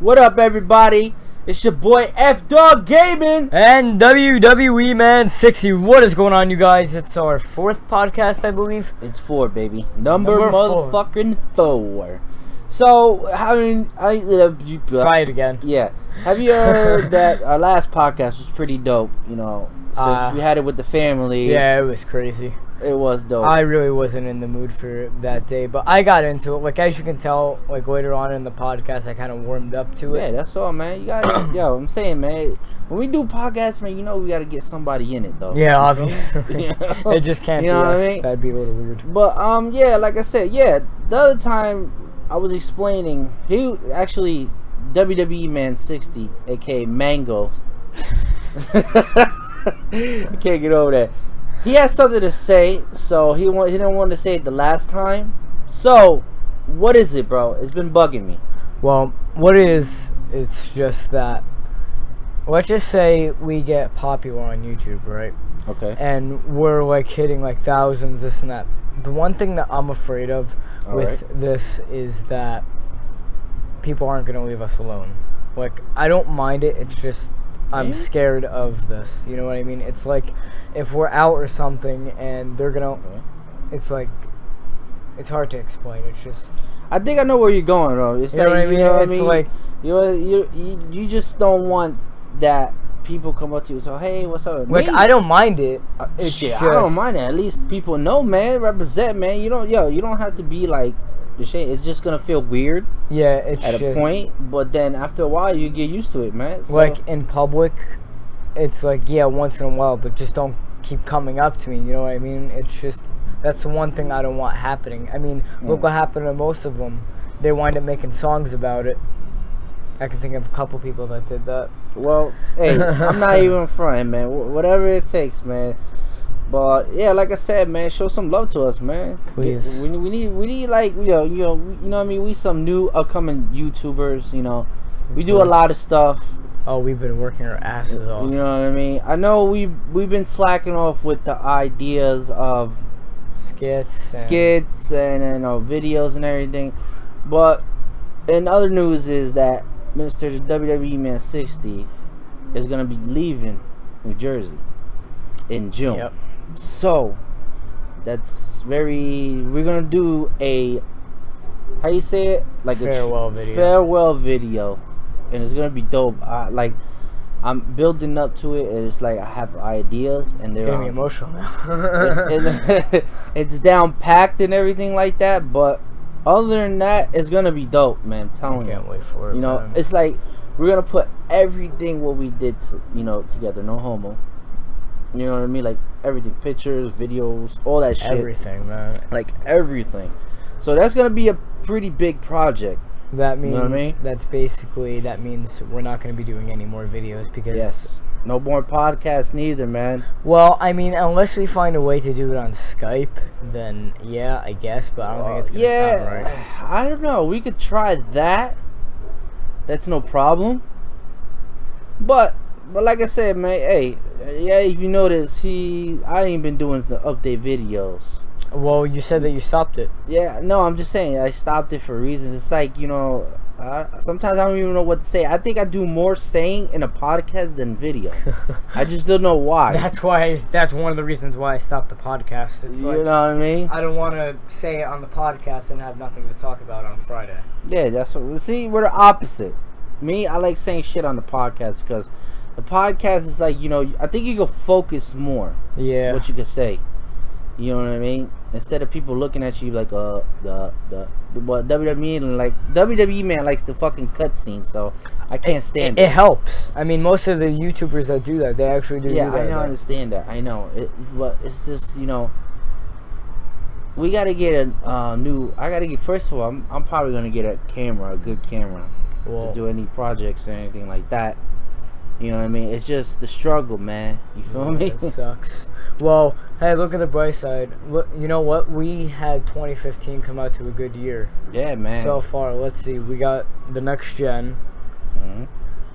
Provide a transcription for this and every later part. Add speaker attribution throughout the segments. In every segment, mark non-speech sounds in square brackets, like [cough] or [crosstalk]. Speaker 1: What up, everybody? It's your boy F Dog Gaming.
Speaker 2: And WWE Man 60, what is going on, you guys? It's our fourth podcast, I believe.
Speaker 1: It's four, baby. Number,
Speaker 2: Number four.
Speaker 1: motherfucking four. So, how you- I uh, you- uh,
Speaker 2: Try it again.
Speaker 1: Yeah. Have you
Speaker 2: [laughs]
Speaker 1: heard that our last podcast was pretty dope? You know, since
Speaker 2: Uh,
Speaker 1: we had it with the family.
Speaker 2: Yeah, it was crazy.
Speaker 1: It was dope.
Speaker 2: I really wasn't in the mood for that day, but I got into it. Like, as you can tell, like, later on in the podcast, I kind of warmed up to
Speaker 1: yeah,
Speaker 2: it.
Speaker 1: that's all, man. You
Speaker 2: [clears throat]
Speaker 1: got yo. I'm saying, man, when we do podcasts, man, you know we got to get somebody in it though.
Speaker 2: Yeah,
Speaker 1: You feel me?
Speaker 2: obviously.
Speaker 1: [laughs] Yeah.
Speaker 2: [laughs] it just can't
Speaker 1: You know
Speaker 2: be
Speaker 1: what
Speaker 2: us.
Speaker 1: I mean?
Speaker 2: That'd be a little weird.
Speaker 1: But um, yeah, like I said, yeah. The other time I was explaining, he actually WWE Man sixty, aka Mango. [laughs] I can't get over that. He had something to say, so he wa- he didn't want to say it the last time. So, what is it, bro? It's been bugging me.
Speaker 2: Well, what it is, it's just that. Let's just say we get popular on YouTube, right?
Speaker 1: Okay.
Speaker 2: and we're like hitting like thousands, this and that. The one thing that I'm afraid of
Speaker 1: All
Speaker 2: with this is that people aren't gonna leave us alone. Like I don't mind it. It's just I'm
Speaker 1: Yeah.
Speaker 2: scared of this. You know what I mean? It's like if we're out or something and they're gonna.
Speaker 1: Okay.
Speaker 2: It's like it's hard to explain. It's just
Speaker 1: I think I know where you're going, though. It's
Speaker 2: you know
Speaker 1: like
Speaker 2: what I mean.
Speaker 1: you know what I
Speaker 2: it's
Speaker 1: mean?
Speaker 2: like
Speaker 1: you you you- you just don't want that people come up to you. So hey, what's up?
Speaker 2: like
Speaker 1: Me?
Speaker 2: I don't mind it.
Speaker 1: Uh,
Speaker 2: It's
Speaker 1: shit, I don't
Speaker 2: just-
Speaker 1: mind it. At least people know, man. Represent, man. You don't, yo, you don't have to be like the shit. It's just gonna feel weird
Speaker 2: Yeah, it's
Speaker 1: at a
Speaker 2: just-
Speaker 1: point, but then after a while, you get used to it, man. So,
Speaker 2: like in public it's like yeah once in a while but just don't keep coming up to me you know what i mean it's just that's the one thing i don't want happening i mean look
Speaker 1: Mm.
Speaker 2: what happened to most of them they wind up making songs about it i can think of a couple people that did that
Speaker 1: well, hey, I'm
Speaker 2: [laughs]
Speaker 1: not even fronting, man. Wh- whatever it takes, man. But yeah, like I said, man, show some love to us, man.
Speaker 2: Please.
Speaker 1: We, we need, we need, like, you know, you know, we- you know what I mean. We some new upcoming YouTubers, you know. We do a
Speaker 2: Please.
Speaker 1: lot of stuff.
Speaker 2: oh we've been working our asses off
Speaker 1: You know what I mean? I know we we've been slacking off with the ideas of
Speaker 2: skits and-
Speaker 1: skits and you know videos and everything. But in other news is that Mr. WWE E Man 60 is gonna be leaving New Jersey in June.
Speaker 2: yep
Speaker 1: So that's very. We're gonna do a how you say it like
Speaker 2: Farewell
Speaker 1: a tr-
Speaker 2: video.
Speaker 1: farewell video, and it's gonna be dope. I, like I'm building up to it, and it's like I have ideas, and they're
Speaker 2: getting me
Speaker 1: on-
Speaker 2: emotional now [laughs]
Speaker 1: it's, it- [laughs] it's down packed and everything like that. But other than that, it's gonna be dope, man. I'm
Speaker 2: i
Speaker 1: telling you.
Speaker 2: can't wait for it
Speaker 1: You know,
Speaker 2: man.
Speaker 1: it's like we're gonna put everything what we did, to, you know, together. No homo. You know what I mean? Like everything, pictures, videos, all that shit.
Speaker 2: everything man
Speaker 1: Like everything. So that's gonna be a pretty big project.
Speaker 2: that
Speaker 1: You
Speaker 2: means
Speaker 1: know what I mean?
Speaker 2: that's basically that means we're not going to be doing any more videos because
Speaker 1: Yes. No more podcasts neither, man.
Speaker 2: Well, I mean, unless we find a way to do it on Skype, then yeah, I guess. But I don't think it's
Speaker 1: Uh,
Speaker 2: gonna
Speaker 1: yeah,
Speaker 2: sound right.
Speaker 1: I don't know. We could try that. That's no problem. But but like I said, man, hey, yeah, if you notice, he I ain't been doing the update videos.
Speaker 2: Well, you said that you stopped it. [laughs]
Speaker 1: Yeah, no, I'm just saying I stopped it for reasons. It's like you know, uh, sometimes I don't even know what to say. I think I do more saying in a podcast than video. I just don't know why.
Speaker 2: [laughs] That's why. I, that's one of the reasons why I stopped the podcast. It's
Speaker 1: you
Speaker 2: like
Speaker 1: know what I mean?
Speaker 2: I don't want to say it on the podcast and have nothing to talk about on Friday.
Speaker 1: Yeah, that's what. See, we're the opposite. Me, I like saying shit on the podcast because the podcast is like you know. I think you can focus more
Speaker 2: Yeah.
Speaker 1: what you can say. You know what I mean? Instead of people looking at you like uh the the, the what WWE and E, like WWE man likes the fucking cutscene, so I can't stand
Speaker 2: it, helps. I mean, most of the YouTubers that do that, they actually do.
Speaker 1: Yeah,
Speaker 2: do that,
Speaker 1: I don't
Speaker 2: though.
Speaker 1: understand that. I know, it, but it's just you know, we gotta get a uh, new. I gotta get first of all. I'm, I'm probably gonna get a camera, a good camera,
Speaker 2: Well,
Speaker 1: to do any projects or anything like that. You know what I mean? It's just the struggle, man. You feel
Speaker 2: Yeah,
Speaker 1: me?
Speaker 2: it sucks. Well, hey, look at the bright side. Look, you know what? We had 2015 come out to a good year
Speaker 1: [laughs] yeah, man.
Speaker 2: so far. Let's see. We got the next gen.
Speaker 1: Mhm.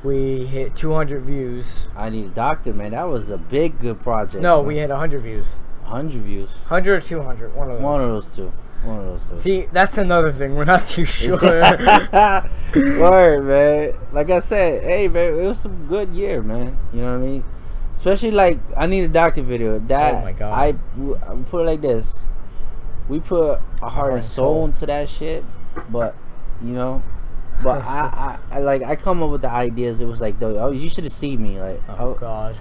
Speaker 2: We hit 200 views.
Speaker 1: I need a doctor, man. That was a big, good project.
Speaker 2: No, we hit 100 views.
Speaker 1: hundred views.
Speaker 2: 100 or 200, one of those.
Speaker 1: One of those two. One of those two.
Speaker 2: See, that's another thing. We're not
Speaker 1: [laughs]
Speaker 2: too sure. [laughs] Oh,
Speaker 1: Word, man. Like I said, hey, man, it was a good year, man. You know what I mean? Especially like I need a doctor video. That
Speaker 2: Oh my God.
Speaker 1: I, w- I put it like this: we put a heart and
Speaker 2: and
Speaker 1: soul,
Speaker 2: soul.
Speaker 1: into that shit, but you know, but I, I, I like I come up with the ideas. It was like, though, oh, you should have seen me. Like,
Speaker 2: oh
Speaker 1: I-
Speaker 2: God.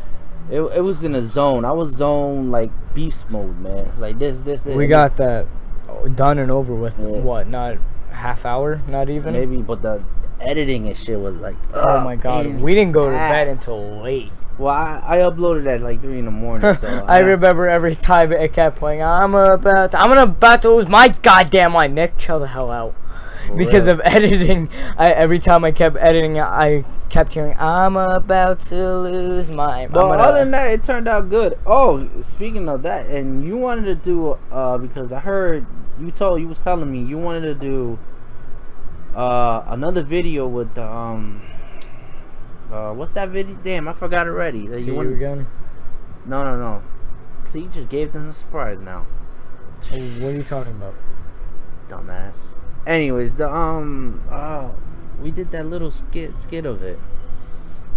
Speaker 1: it, it was in a zone. I was zone like beast mode, man. Like this, this, this.
Speaker 2: We got that done and over with.
Speaker 1: Yeah.
Speaker 2: What? Not half hour? Not even.
Speaker 1: maybe, but the editing and shit was like,
Speaker 2: Oh my God.
Speaker 1: man,
Speaker 2: We didn't go to bed
Speaker 1: ass.
Speaker 2: until late.
Speaker 1: Well, I, I uploaded at like three in the
Speaker 2: [laughs]
Speaker 1: morning, so
Speaker 2: I remember every time it kept playing. I'm about. To, I'm gonna about to lose my goddamn mind. Nick, chill the hell out. because of [laughs] editing. I, every time I kept editing, I kept hearing, "I'm about to lose my."
Speaker 1: But
Speaker 2: I'm
Speaker 1: other than that, it turned out good. Oh, speaking of that, and you wanted to do uh because I heard you told you was telling me you wanted to do uh another video with um uh what's that video? Damn, I forgot already. That
Speaker 2: See
Speaker 1: you
Speaker 2: you
Speaker 1: wanted,
Speaker 2: again.
Speaker 1: no, no, no. See, you just gave them a surprise now.
Speaker 2: Oh, What are you talking about?
Speaker 1: dumbass. Anyways, the um, uh, we did that little skit skit of it.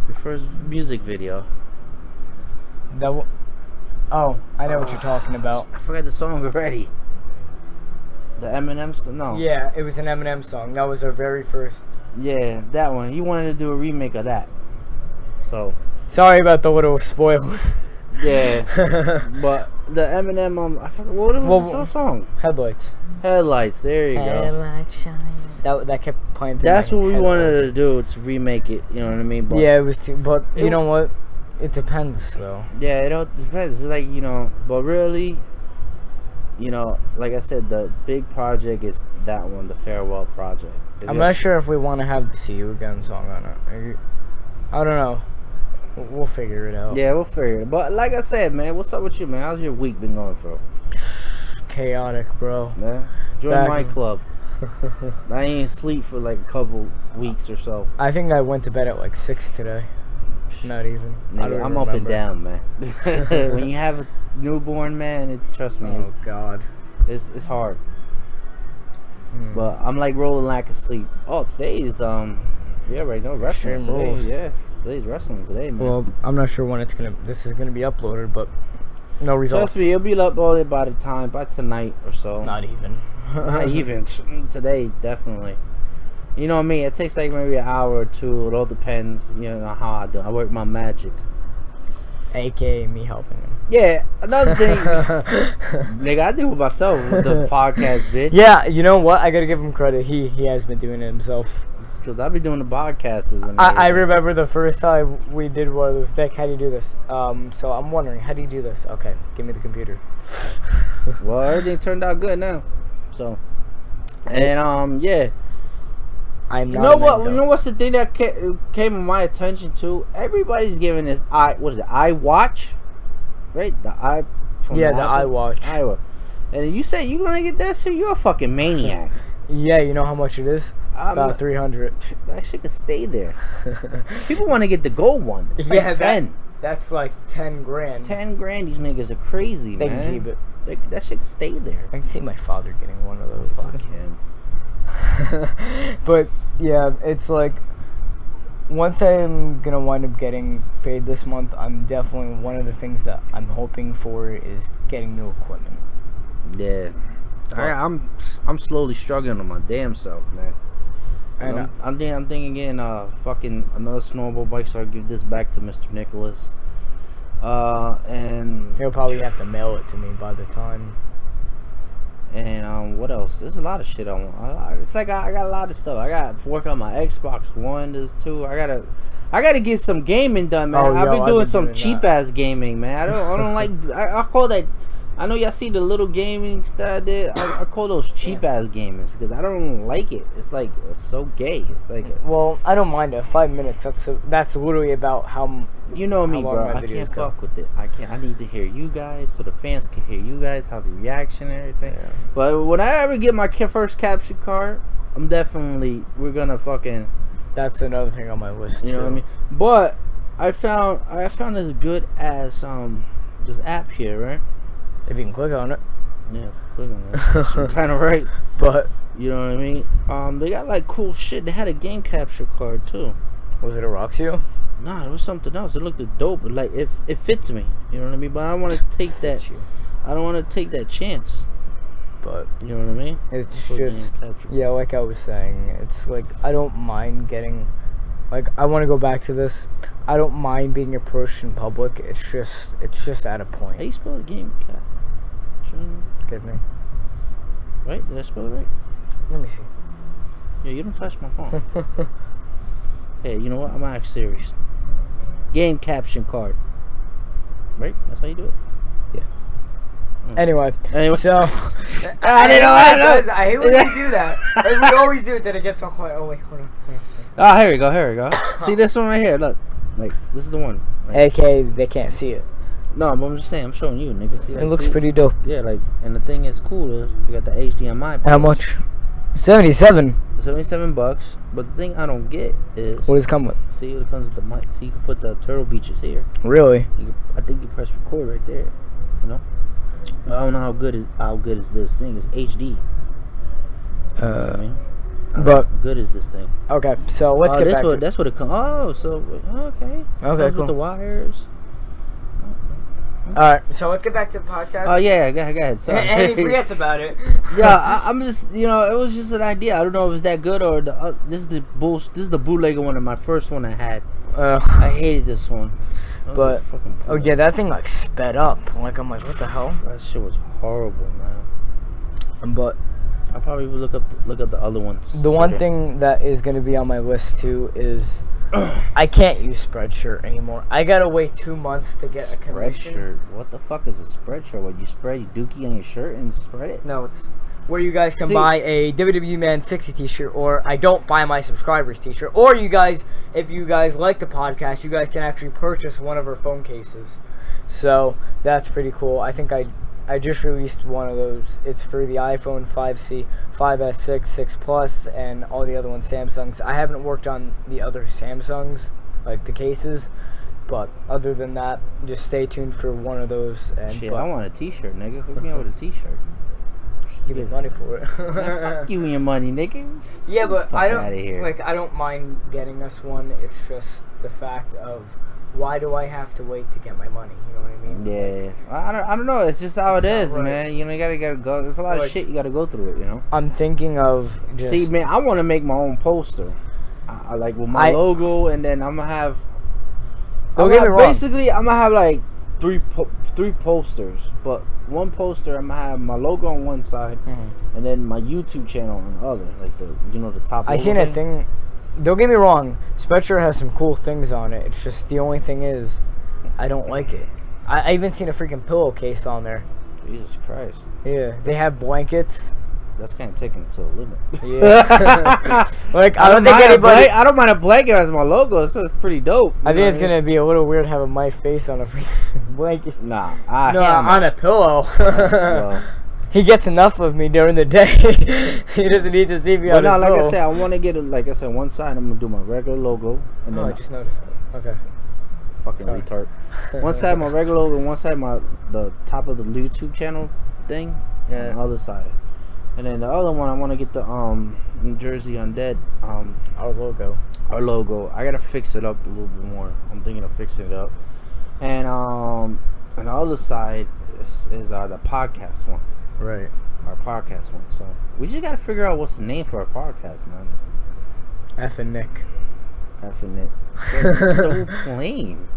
Speaker 1: The first music video.
Speaker 2: That. W- oh, I know what you're talking about.
Speaker 1: I forgot the song already. The Eminem song. No.
Speaker 2: Yeah, it was an Eminem song. That was our very first.
Speaker 1: Yeah, that one. He wanted to do a remake of that. So.
Speaker 2: Sorry about the little spoiler. [laughs]
Speaker 1: Yeah. but the Eminem um, I forgot what was the so-
Speaker 2: Well,
Speaker 1: song.
Speaker 2: [laughs] Headlights.
Speaker 1: Headlights. There you go.
Speaker 2: Headlight shining. That that kept playing. through
Speaker 1: That's
Speaker 2: my
Speaker 1: what we
Speaker 2: head
Speaker 1: wanted to do to remake it. You know what I mean? But
Speaker 2: Yeah, it was too. But you
Speaker 1: It-
Speaker 2: know what? It depends though.
Speaker 1: Yeah, it all depends. It's like you know, but really, you know, like I said, the big project is that one, the farewell project. If
Speaker 2: I'm
Speaker 1: you-
Speaker 2: not sure if we want to have the "See You Again" song on it. Are you- I don't know. W- We'll figure it out.
Speaker 1: Yeah, we'll figure it. But like I said, man, what's up with you, man? How's your week been going through?
Speaker 2: Chaotic, bro. [laughs]
Speaker 1: Man, join
Speaker 2: Back-
Speaker 1: my club. I ain't sleep for like a couple weeks or so.
Speaker 2: I think I went to bed at like six today. Not even. I
Speaker 1: Nigga,
Speaker 2: don't
Speaker 1: I'm up and
Speaker 2: remember.
Speaker 1: down, man. [laughs] when you have a newborn, man, it, trust me,
Speaker 2: Oh
Speaker 1: it's,
Speaker 2: God.
Speaker 1: it's it's hard.
Speaker 2: Hmm.
Speaker 1: But I'm like rolling like asleep. Oh, today is um, yeah, right now wrestling
Speaker 2: Extreme
Speaker 1: today.
Speaker 2: rules.
Speaker 1: Yeah, today's wrestling today, man.
Speaker 2: Well, I'm not sure when it's gonna. This is gonna be uploaded, but no results.
Speaker 1: Trust me, it'll be uploaded by the time by tonight or so.
Speaker 2: Not even. [laughs]
Speaker 1: Not even today, definitely. You know what I mean? It takes like maybe an hour or two. It all depends, you know, on how I do. I work my magic.
Speaker 2: AKA me helping him.
Speaker 1: Yeah, another
Speaker 2: [laughs]
Speaker 1: thing, nigga, I do it myself with the podcast, bitch.
Speaker 2: yeah, you know what? I gotta give him credit. He he has been doing it himself.
Speaker 1: because I be doing the podcasts. And
Speaker 2: I, I
Speaker 1: everything.
Speaker 2: remember the first time we did one of those. Nick, how do you do this? Um, so I'm wondering, how do you do this? Okay, give me the computer.
Speaker 1: [laughs] well, everything turned out good now. So, and um, yeah.
Speaker 2: I'm
Speaker 1: You
Speaker 2: not.
Speaker 1: know
Speaker 2: an
Speaker 1: what? You
Speaker 2: adult.
Speaker 1: know what's the thing that ca- came to my attention too? Everybody's giving this i what is it? I watch, right? The i from
Speaker 2: Yeah, the
Speaker 1: Apple-
Speaker 2: iWatch.
Speaker 1: iWatch. And you say you gonna get that shit? You're a fucking
Speaker 2: [laughs]
Speaker 1: maniac.
Speaker 2: yeah, you know how much it is?
Speaker 1: I'm
Speaker 2: About
Speaker 1: not-
Speaker 2: 300.
Speaker 1: that shit could stay there. People want to get the gold
Speaker 2: [laughs]
Speaker 1: one. It's like
Speaker 2: Yeah, that-
Speaker 1: 10.
Speaker 2: [laughs] That's like 10 grand.
Speaker 1: 10 grand. These niggas are crazy,
Speaker 2: They
Speaker 1: man.
Speaker 2: can keep it.
Speaker 1: They- that shit could stay there.
Speaker 2: I can see my father getting one of those.
Speaker 1: Fuck him.
Speaker 2: [laughs] but yeah, it's like once I'm gonna wind up getting paid this month, I'm definitely one of the things that I'm hoping for is getting new equipment.
Speaker 1: Yeah. I, I'm I'm slowly struggling on my damn self, man.
Speaker 2: I
Speaker 1: And
Speaker 2: know.
Speaker 1: I'm, I'm, think, I'm thinking getting uh, fucking another snowball bike, so I'll give this back to Mr. Nicholas. Uh, and
Speaker 2: He'll probably have to mail it to me by the time.
Speaker 1: and um, what else? There's a lot of shit I want. I, I- it's like I, I got a lot of stuff. I got to work on my Xbox One. There's two. I gotta, I gotta get some gaming done, man.
Speaker 2: Oh,
Speaker 1: I've
Speaker 2: yo,
Speaker 1: been
Speaker 2: I've
Speaker 1: doing
Speaker 2: been
Speaker 1: some
Speaker 2: doing
Speaker 1: cheap
Speaker 2: that.
Speaker 1: ass gaming, man. I don't, I don't like.
Speaker 2: [laughs]
Speaker 1: I, I call that. I know y'all see the little gaming that I did. I, I call those cheap ass gamings because I don't like it. It's like it's so gay. It's like
Speaker 2: Well, I don't mind it. Five minutes. That's a, that's literally about how. m-
Speaker 1: You know me,
Speaker 2: long
Speaker 1: bro.
Speaker 2: my
Speaker 1: I
Speaker 2: videos
Speaker 1: can't
Speaker 2: go.
Speaker 1: fuck with it. I can't. I need to hear you guys so the fans can hear you guys how the reaction and everything. But when I ever get my ca- first capture card, I'm definitely we're gonna fucking
Speaker 2: That's another thing on my list.
Speaker 1: you know what I
Speaker 2: too.
Speaker 1: mean. But I found I found this good ass um this app here right.
Speaker 2: If you can click on it.
Speaker 1: Yeah, if you click on [laughs] that. kind of right.
Speaker 2: But
Speaker 1: You know what I mean? Um, they got like cool shit. They had a game capture card too.
Speaker 2: was it a Roxio?
Speaker 1: Nah, it was something else. It looked dope. but, Like it, it fits me. You know what I mean? But I don't [laughs] want to take that. I don't want to take that chance.
Speaker 2: But
Speaker 1: You know what I mean?
Speaker 2: it's
Speaker 1: For a game
Speaker 2: just
Speaker 1: capture.
Speaker 2: yeah, like I was saying, it's like I don't mind getting like I want to go back to this. I don't mind being approached in public. It's just it's just at a
Speaker 1: How
Speaker 2: point.
Speaker 1: you spell the game capture?
Speaker 2: Get me?
Speaker 1: Right? Did I spell it right?
Speaker 2: Let me see. [laughs]
Speaker 1: Yeah, you don't touch my phone. hey, you know what? I'm gonna act serious. Game caption card. Right? That's how you do it.
Speaker 2: Anyway,
Speaker 1: Anyway.
Speaker 2: [laughs] so
Speaker 1: I didn't know how to-
Speaker 2: Guys, I hate when we do [laughs] that. Like, we always do it, then it gets so quiet. Oh wait, hold on.
Speaker 1: Ah, here we go. Here we go. [coughs] See this one right here. Look. Like this is the one. Like,
Speaker 2: Okay, they can't see it.
Speaker 1: No, but I'm just saying. I'm showing you, nigga. See,
Speaker 2: It
Speaker 1: like,
Speaker 2: looks
Speaker 1: see?
Speaker 2: pretty dope.
Speaker 1: Yeah, like, and the thing is cool is I got the HDMI.
Speaker 2: How
Speaker 1: port.
Speaker 2: much? Seventy-seven.
Speaker 1: Seventy-seven bucks. But the thing I don't get is
Speaker 2: What does it come with?
Speaker 1: see, it comes with the mic. So you can put the Turtle Beaches here.
Speaker 2: Really?
Speaker 1: You can, I think you press record right there. You know. But I don't know how good is how good is this thing. It's HD. I
Speaker 2: Uh,
Speaker 1: mean, I don't
Speaker 2: but-
Speaker 1: know how good is this thing?
Speaker 2: okay, so let's
Speaker 1: oh,
Speaker 2: get
Speaker 1: that's
Speaker 2: back
Speaker 1: what
Speaker 2: to
Speaker 1: that's what it comes. Oh, so okay.
Speaker 2: Okay,
Speaker 1: Comes
Speaker 2: cool.
Speaker 1: With the wires.
Speaker 2: All right, so let's get back to the podcast.
Speaker 1: Oh yeah, go, go ahead. Sorry. [laughs]
Speaker 2: and he forgets about it.
Speaker 1: yeah, I, I'm just you know it was just an idea. I don't know if it's that good or the uh, this is the bull this is the bootlegger one of my first one I had.
Speaker 2: [laughs] Uh,
Speaker 1: I hated this one. That was a
Speaker 2: But-
Speaker 1: fucking
Speaker 2: oh yeah, that thing like sped up. Like I'm like, what the hell?
Speaker 1: that shit was horrible, man.
Speaker 2: But
Speaker 1: I probably would look up the, look up the other ones.
Speaker 2: the one
Speaker 1: later.
Speaker 2: thing that is gonna be on my list too is [clears throat] I can't use Spreadshirt anymore. I gotta wait two months to get a
Speaker 1: spread
Speaker 2: commission.
Speaker 1: shirt. What the fuck is a spread shirt? What you spread your dookie on your shirt and spread it?
Speaker 2: No, it's where you guys can
Speaker 1: See-
Speaker 2: buy a WWE Man 60 t-shirt or I don't buy my subscribers t-shirt or you guys if you guys like the podcast, you guys can actually purchase one of our phone cases. So, that's pretty cool. I think I I just released one of those. It's for the iPhone 5C, 5S, 6, 6 Plus, and all the other ones, Samsungs. I haven't worked on the other Samsungs, like the cases, but other than that, just stay tuned for one of those. And
Speaker 1: Shit,
Speaker 2: but
Speaker 1: I want a T-shirt, nigga. Hook me up with a
Speaker 2: [laughs]
Speaker 1: T-shirt.
Speaker 2: give me money for
Speaker 1: [laughs]
Speaker 2: it.
Speaker 1: Give me your money, nigga.
Speaker 2: Yeah, but I don't
Speaker 1: Out of here.
Speaker 2: like I don't mind getting us one. It's just the fact of why do I have to wait to get my money? You know what I mean?
Speaker 1: Yeah, I I don't, I don't know. It's just how
Speaker 2: It's
Speaker 1: it
Speaker 2: not
Speaker 1: is,
Speaker 2: right.
Speaker 1: man. You know, you gotta gotta go. There's a lot
Speaker 2: Like-
Speaker 1: of shit you gotta go through it. You know.
Speaker 2: I'm thinking of just
Speaker 1: See, man, I want to make my own poster, I, I like with my
Speaker 2: I-
Speaker 1: logo, and then I'm gonna have.
Speaker 2: Don't
Speaker 1: I'm gonna
Speaker 2: get me
Speaker 1: have-
Speaker 2: wrong.
Speaker 1: Basically, I'm gonna have like three po- three posters, but one poster I'm gonna have my logo on one side,
Speaker 2: Mhm.
Speaker 1: and then my YouTube channel on the other, like the you know the top.
Speaker 2: I
Speaker 1: logo
Speaker 2: seen a thing. Don't get me wrong. Spreadshirt has some cool things on it. It's just the only thing is, I don't like it. I, I even seen a freaking pillowcase on there.
Speaker 1: Jesus Christ,
Speaker 2: Yeah, they have blankets.
Speaker 1: that's kind of taking it to a limit. [laughs]
Speaker 2: Yeah. like [laughs] I don't, think
Speaker 1: mind a
Speaker 2: anybody.
Speaker 1: blan- I don't mind a blanket as my logo, so it's pretty dope.
Speaker 2: I
Speaker 1: you know
Speaker 2: think it's
Speaker 1: what
Speaker 2: gonna be a little weird having my face on a freaking [laughs] blanket.
Speaker 1: Nah, I
Speaker 2: No,
Speaker 1: hell
Speaker 2: [laughs] on a pillow.
Speaker 1: no.
Speaker 2: [laughs] He gets enough of me during the day. [laughs] he doesn't need to see me
Speaker 1: But
Speaker 2: on
Speaker 1: no,
Speaker 2: his
Speaker 1: like I
Speaker 2: pillow.
Speaker 1: said, I want to get it. Like I said, one side I'm gonna do my regular logo, and then
Speaker 2: Oh, I just noticed. that.
Speaker 1: [laughs]
Speaker 2: Okay.
Speaker 1: fucking
Speaker 2: sorry. [laughs]
Speaker 1: retard. One side my regular logo, one side my the top of the YouTube channel thing, and the
Speaker 2: Yeah.
Speaker 1: other side, and then the other one I want to get the um New Jersey Undead um
Speaker 2: Our logo.
Speaker 1: our logo. I gotta fix it up a little bit more. I'm thinking of fixing it up, and um and the other side is, is uh the podcast one,
Speaker 2: Right.
Speaker 1: our podcast one. So we just gotta figure out what's the name for our podcast, man.
Speaker 2: F and Nick.
Speaker 1: Effing it. That's
Speaker 2: [laughs]
Speaker 1: so plain.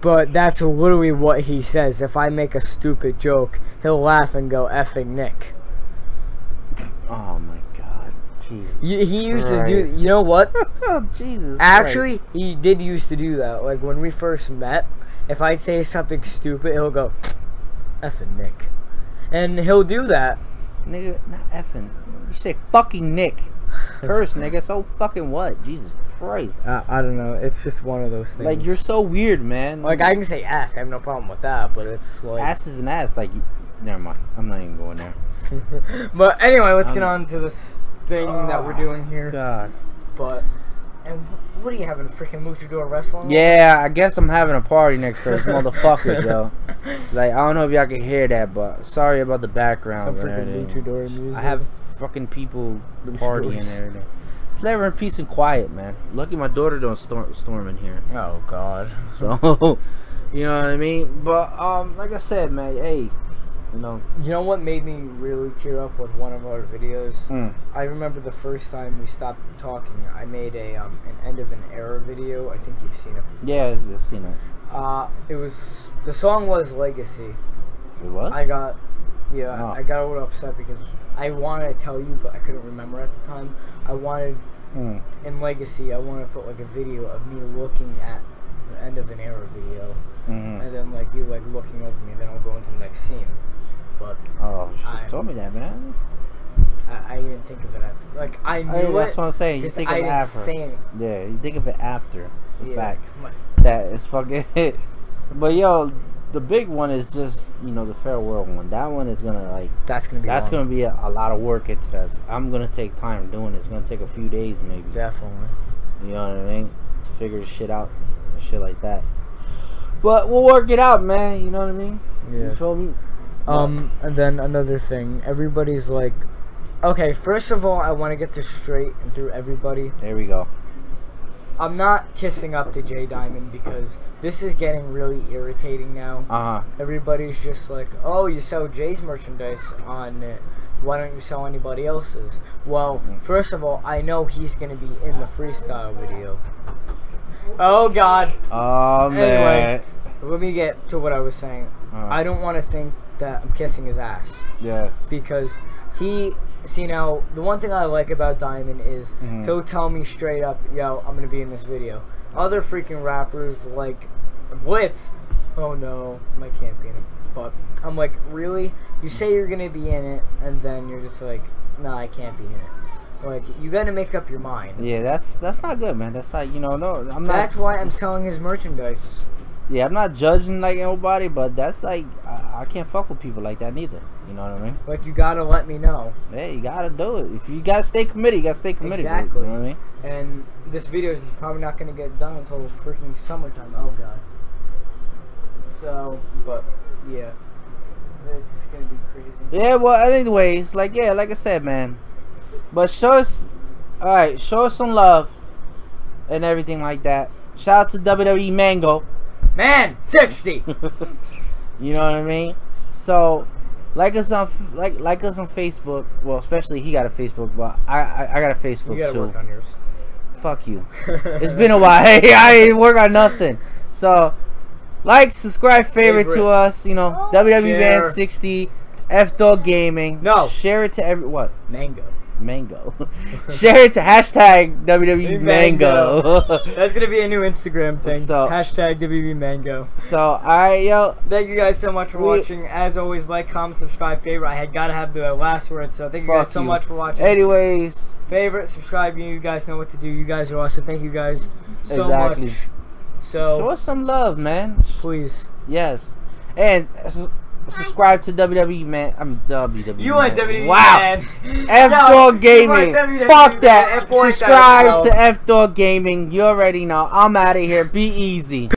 Speaker 2: But that's literally what he says. If I make a stupid joke, he'll laugh and go effing Nick.
Speaker 1: Oh my god. Jesus.
Speaker 2: Y- He used to do.
Speaker 1: Christ.
Speaker 2: You know what?
Speaker 1: Oh [laughs] Jesus.
Speaker 2: Actually, he did used to do that. Like when we first met, if I'd say something stupid, he'll go effing Nick, and he'll do that.
Speaker 1: Christ. nigga, not effing. You say fucking Nick. Curse, nigga. So fucking what? Jesus Christ.
Speaker 2: I, I don't know. It's just one of those things.
Speaker 1: Like you're so weird, man.
Speaker 2: Like I can say ass, I have no problem with that, but it's like.
Speaker 1: ass is an ass. Like, you- never mind. I'm not even going there.
Speaker 2: But anyway, let's get
Speaker 1: Um,
Speaker 2: on to this thing that we're doing here.
Speaker 1: God.
Speaker 2: But and wh- What are you having? A freaking luchador wrestling?
Speaker 1: Yeah, I guess I'm having a party next
Speaker 2: [laughs]
Speaker 1: door. It's motherfuckers, yo. Like, I don't know if y'all can hear that, but sorry about the
Speaker 2: Some
Speaker 1: background. and
Speaker 2: freaking
Speaker 1: everything.
Speaker 2: luchador music.
Speaker 1: I have fucking people partying and
Speaker 2: Luchadors.
Speaker 1: everything. Just let her in peace and quiet, man. Lucky my daughter don't storm, storm in here.
Speaker 2: Oh God.
Speaker 1: So, [laughs] you know what I mean? But, um, like I said, man, hey, you know.
Speaker 2: You know what made me really tear up with one of our videos?
Speaker 1: Mm.
Speaker 2: I remember the first time we stopped talking. I made a um, an end of an era video. I think you've seen it. Before.
Speaker 1: Yeah, just, you know.
Speaker 2: Uh, it was the song was Legacy.
Speaker 1: It was?
Speaker 2: I got yeah,
Speaker 1: Oh.
Speaker 2: I got a little upset because I wanted to tell you, but I couldn't remember at the time. I wanted
Speaker 1: Mm.
Speaker 2: in Legacy, I wanted to put like a video of me looking at the end of an era video,
Speaker 1: hmm
Speaker 2: and then like you like looking over me, and then I'll go into the next scene. But
Speaker 1: Oh, you should
Speaker 2: I'm-
Speaker 1: have told me that, man.
Speaker 2: I, I didn't think of it. At the, like I knew
Speaker 1: Hey,
Speaker 2: it.
Speaker 1: Oh, that's what I'm saying. You
Speaker 2: just
Speaker 1: think
Speaker 2: I
Speaker 1: of
Speaker 2: didn't
Speaker 1: after.
Speaker 2: say anything.
Speaker 1: Yeah, you think of it after the
Speaker 2: Yeah.
Speaker 1: fact.
Speaker 2: Like,
Speaker 1: that is fucking [laughs] but yo the big one is just you know the farewell one that one is gonna like
Speaker 2: That's gonna be.
Speaker 1: that's
Speaker 2: long.
Speaker 1: gonna be a, a lot of work into that i'm gonna take time doing it. it's gonna take a few days maybe
Speaker 2: definitely.
Speaker 1: you know what i mean to figure this shit out and shit like that but we'll work it out man you know what i mean you feel me
Speaker 2: Um, and then another thing, everybody's like, okay, first of all, I want to get this straight and through everybody.
Speaker 1: there we go
Speaker 2: I'm not kissing up to Jay Diamond because this is getting really irritating now.
Speaker 1: uh-huh
Speaker 2: Everybody's just like, oh, you sell Jay's merchandise on it. Why don't you sell anybody else's? Well, first of all, I know he's going to be in the freestyle video. Oh, God.
Speaker 1: oh man
Speaker 2: Anyway. Let me get to what I was saying.
Speaker 1: Uh,
Speaker 2: I don't want to think that I'm kissing his ass.
Speaker 1: yes
Speaker 2: because he see now the one thing I like about Diamond is
Speaker 1: Mhm.
Speaker 2: he'll tell me straight up, yo, I'm gonna be in this video. Other freaking rappers like Blitz, oh no, I can't be in it. But I'm like, really? You say you're gonna be in it and then you're just like, nah, I can't be in it. Like you gotta make up your mind.
Speaker 1: yeah that's that's not good man that's not you know no i'm not
Speaker 2: That's why I'm selling his merchandise.
Speaker 1: Yeah, I'm not judging like nobody, but that's like I, I can't fuck with people like that neither. You know what I mean?
Speaker 2: Like you gotta let me know.
Speaker 1: Yeah, you gotta do it. If you gotta stay committed, you gotta stay committed. dude,
Speaker 2: Exactly.
Speaker 1: You know what I mean?
Speaker 2: And this video is probably not gonna get done until freaking summertime. Oh god. So, but yeah, it's gonna be crazy.
Speaker 1: Yeah. Well, anyways, like yeah, like I said, man. But show us, all right, show us some love and everything like that. Shout out to WWE Mango. [laughs]
Speaker 2: Man, sixty.
Speaker 1: You know what I mean? So, like us on f- like like us on Facebook. Well, especially he got a Facebook, but I I, I got a
Speaker 2: you
Speaker 1: Facebook
Speaker 2: gotta
Speaker 1: too.
Speaker 2: work on yours.
Speaker 1: Fuck you. [laughs] It's
Speaker 2: [laughs]
Speaker 1: been a while. [laughs] Hey, I ain't work on nothing. So, like, subscribe, favorite, to
Speaker 2: Favorite.
Speaker 1: us. You know, WWE Band
Speaker 2: Share.
Speaker 1: 60, F Dog Gaming.
Speaker 2: No.
Speaker 1: Share it to every. What?
Speaker 2: mango.
Speaker 1: Mango. [laughs] share it to hashtag WWE Mango.
Speaker 2: Mango. That's gonna be a new Instagram thing.
Speaker 1: So-
Speaker 2: Hashtag WB Mango.
Speaker 1: [laughs] so, alright, yo.
Speaker 2: Thank you guys so much for
Speaker 1: We-
Speaker 2: watching. As always, like, comment, subscribe, favorite. I had gotta have the last word, so thank you guys
Speaker 1: Fuck
Speaker 2: so
Speaker 1: you.
Speaker 2: much for watching.
Speaker 1: Anyways,
Speaker 2: Favorite, subscribe. You guys know what to do. You guys are awesome. Thank you guys so
Speaker 1: Exactly.
Speaker 2: much. So
Speaker 1: show us some love, man.
Speaker 2: please.
Speaker 1: Yes. And s- subscribe to WWE Man. I'm WWE.
Speaker 2: You
Speaker 1: E man.
Speaker 2: want WWE?
Speaker 1: Wow.
Speaker 2: E man.
Speaker 1: F Dog
Speaker 2: [laughs] No, you
Speaker 1: Gaming.
Speaker 2: want WWE,
Speaker 1: Fuck
Speaker 2: man.
Speaker 1: that.
Speaker 2: F4
Speaker 1: Subscribe
Speaker 2: bro.
Speaker 1: to F Dog Gaming. You already know. I'm out of here. Be easy.